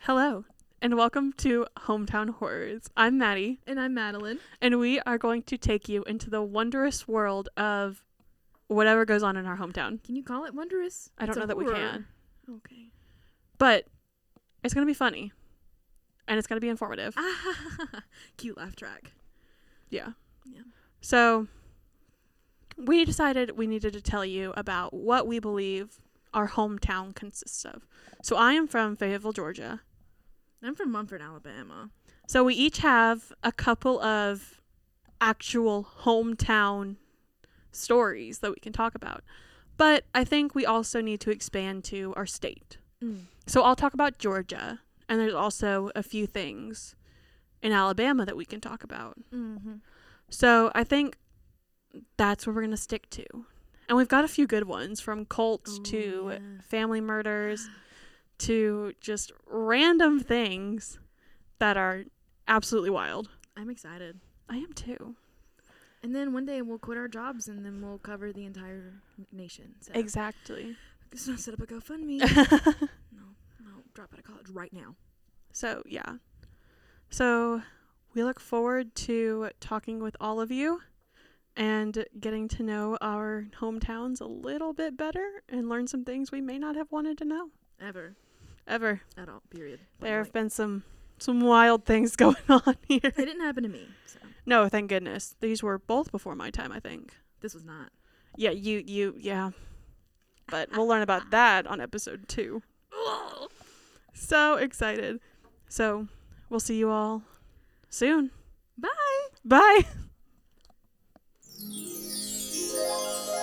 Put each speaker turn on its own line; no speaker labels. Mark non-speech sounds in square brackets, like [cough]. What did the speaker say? Hello, and welcome to Hometown Horrors. I'm Maddie,
And I'm Madeline.
and we are going to take you into the wondrous world of whatever goes on in our hometown.
Can you call it wondrous?
I don't
It's a
know that we
horror.
can.
Okay. [laughs]
But it's going to be funny, and it's going to be informative.
Ah, cute laugh track.
Yeah.
Yeah.
So we decided we needed to tell you about what we believe our hometown consists of. So I am from Fayetteville, Georgia.
I'm from Mumford, Alabama.
So we each have a couple of actual hometown stories that we can talk about. But I think we also need to expand to our state. So I'll talk about Georgia, and there's also a few things in Alabama that we can talk about.
Mm-hmm.
So I think that's what we're going to stick to. And we've got a few good ones from cults
Ooh,
to
Oh, yeah.
family murders to just random things that are absolutely wild.
I'm excited.
I am too.
And then one day we'll quit our jobs and then we'll cover the entire nation. So
Exactly.
Let's not set up
[laughs]
a GoFundMe. no, no, drop out of college right now.
so, yeah. So, we look forward to talking with all of you and getting to know our hometowns a little bit better and learn some things we may not have wanted to know
Ever.
ever.
At all. Period. But
There
like,
have been some some wild things [laughs] going on here.
It didn't happen to me. So
No, thank goodness. These were both before my time, I think.
this was
[laughs]
not.
Yeah, you you yeah. But we'll learn about that on episode 2. So excited. So, we'll see you all soon.
Bye.
Bye.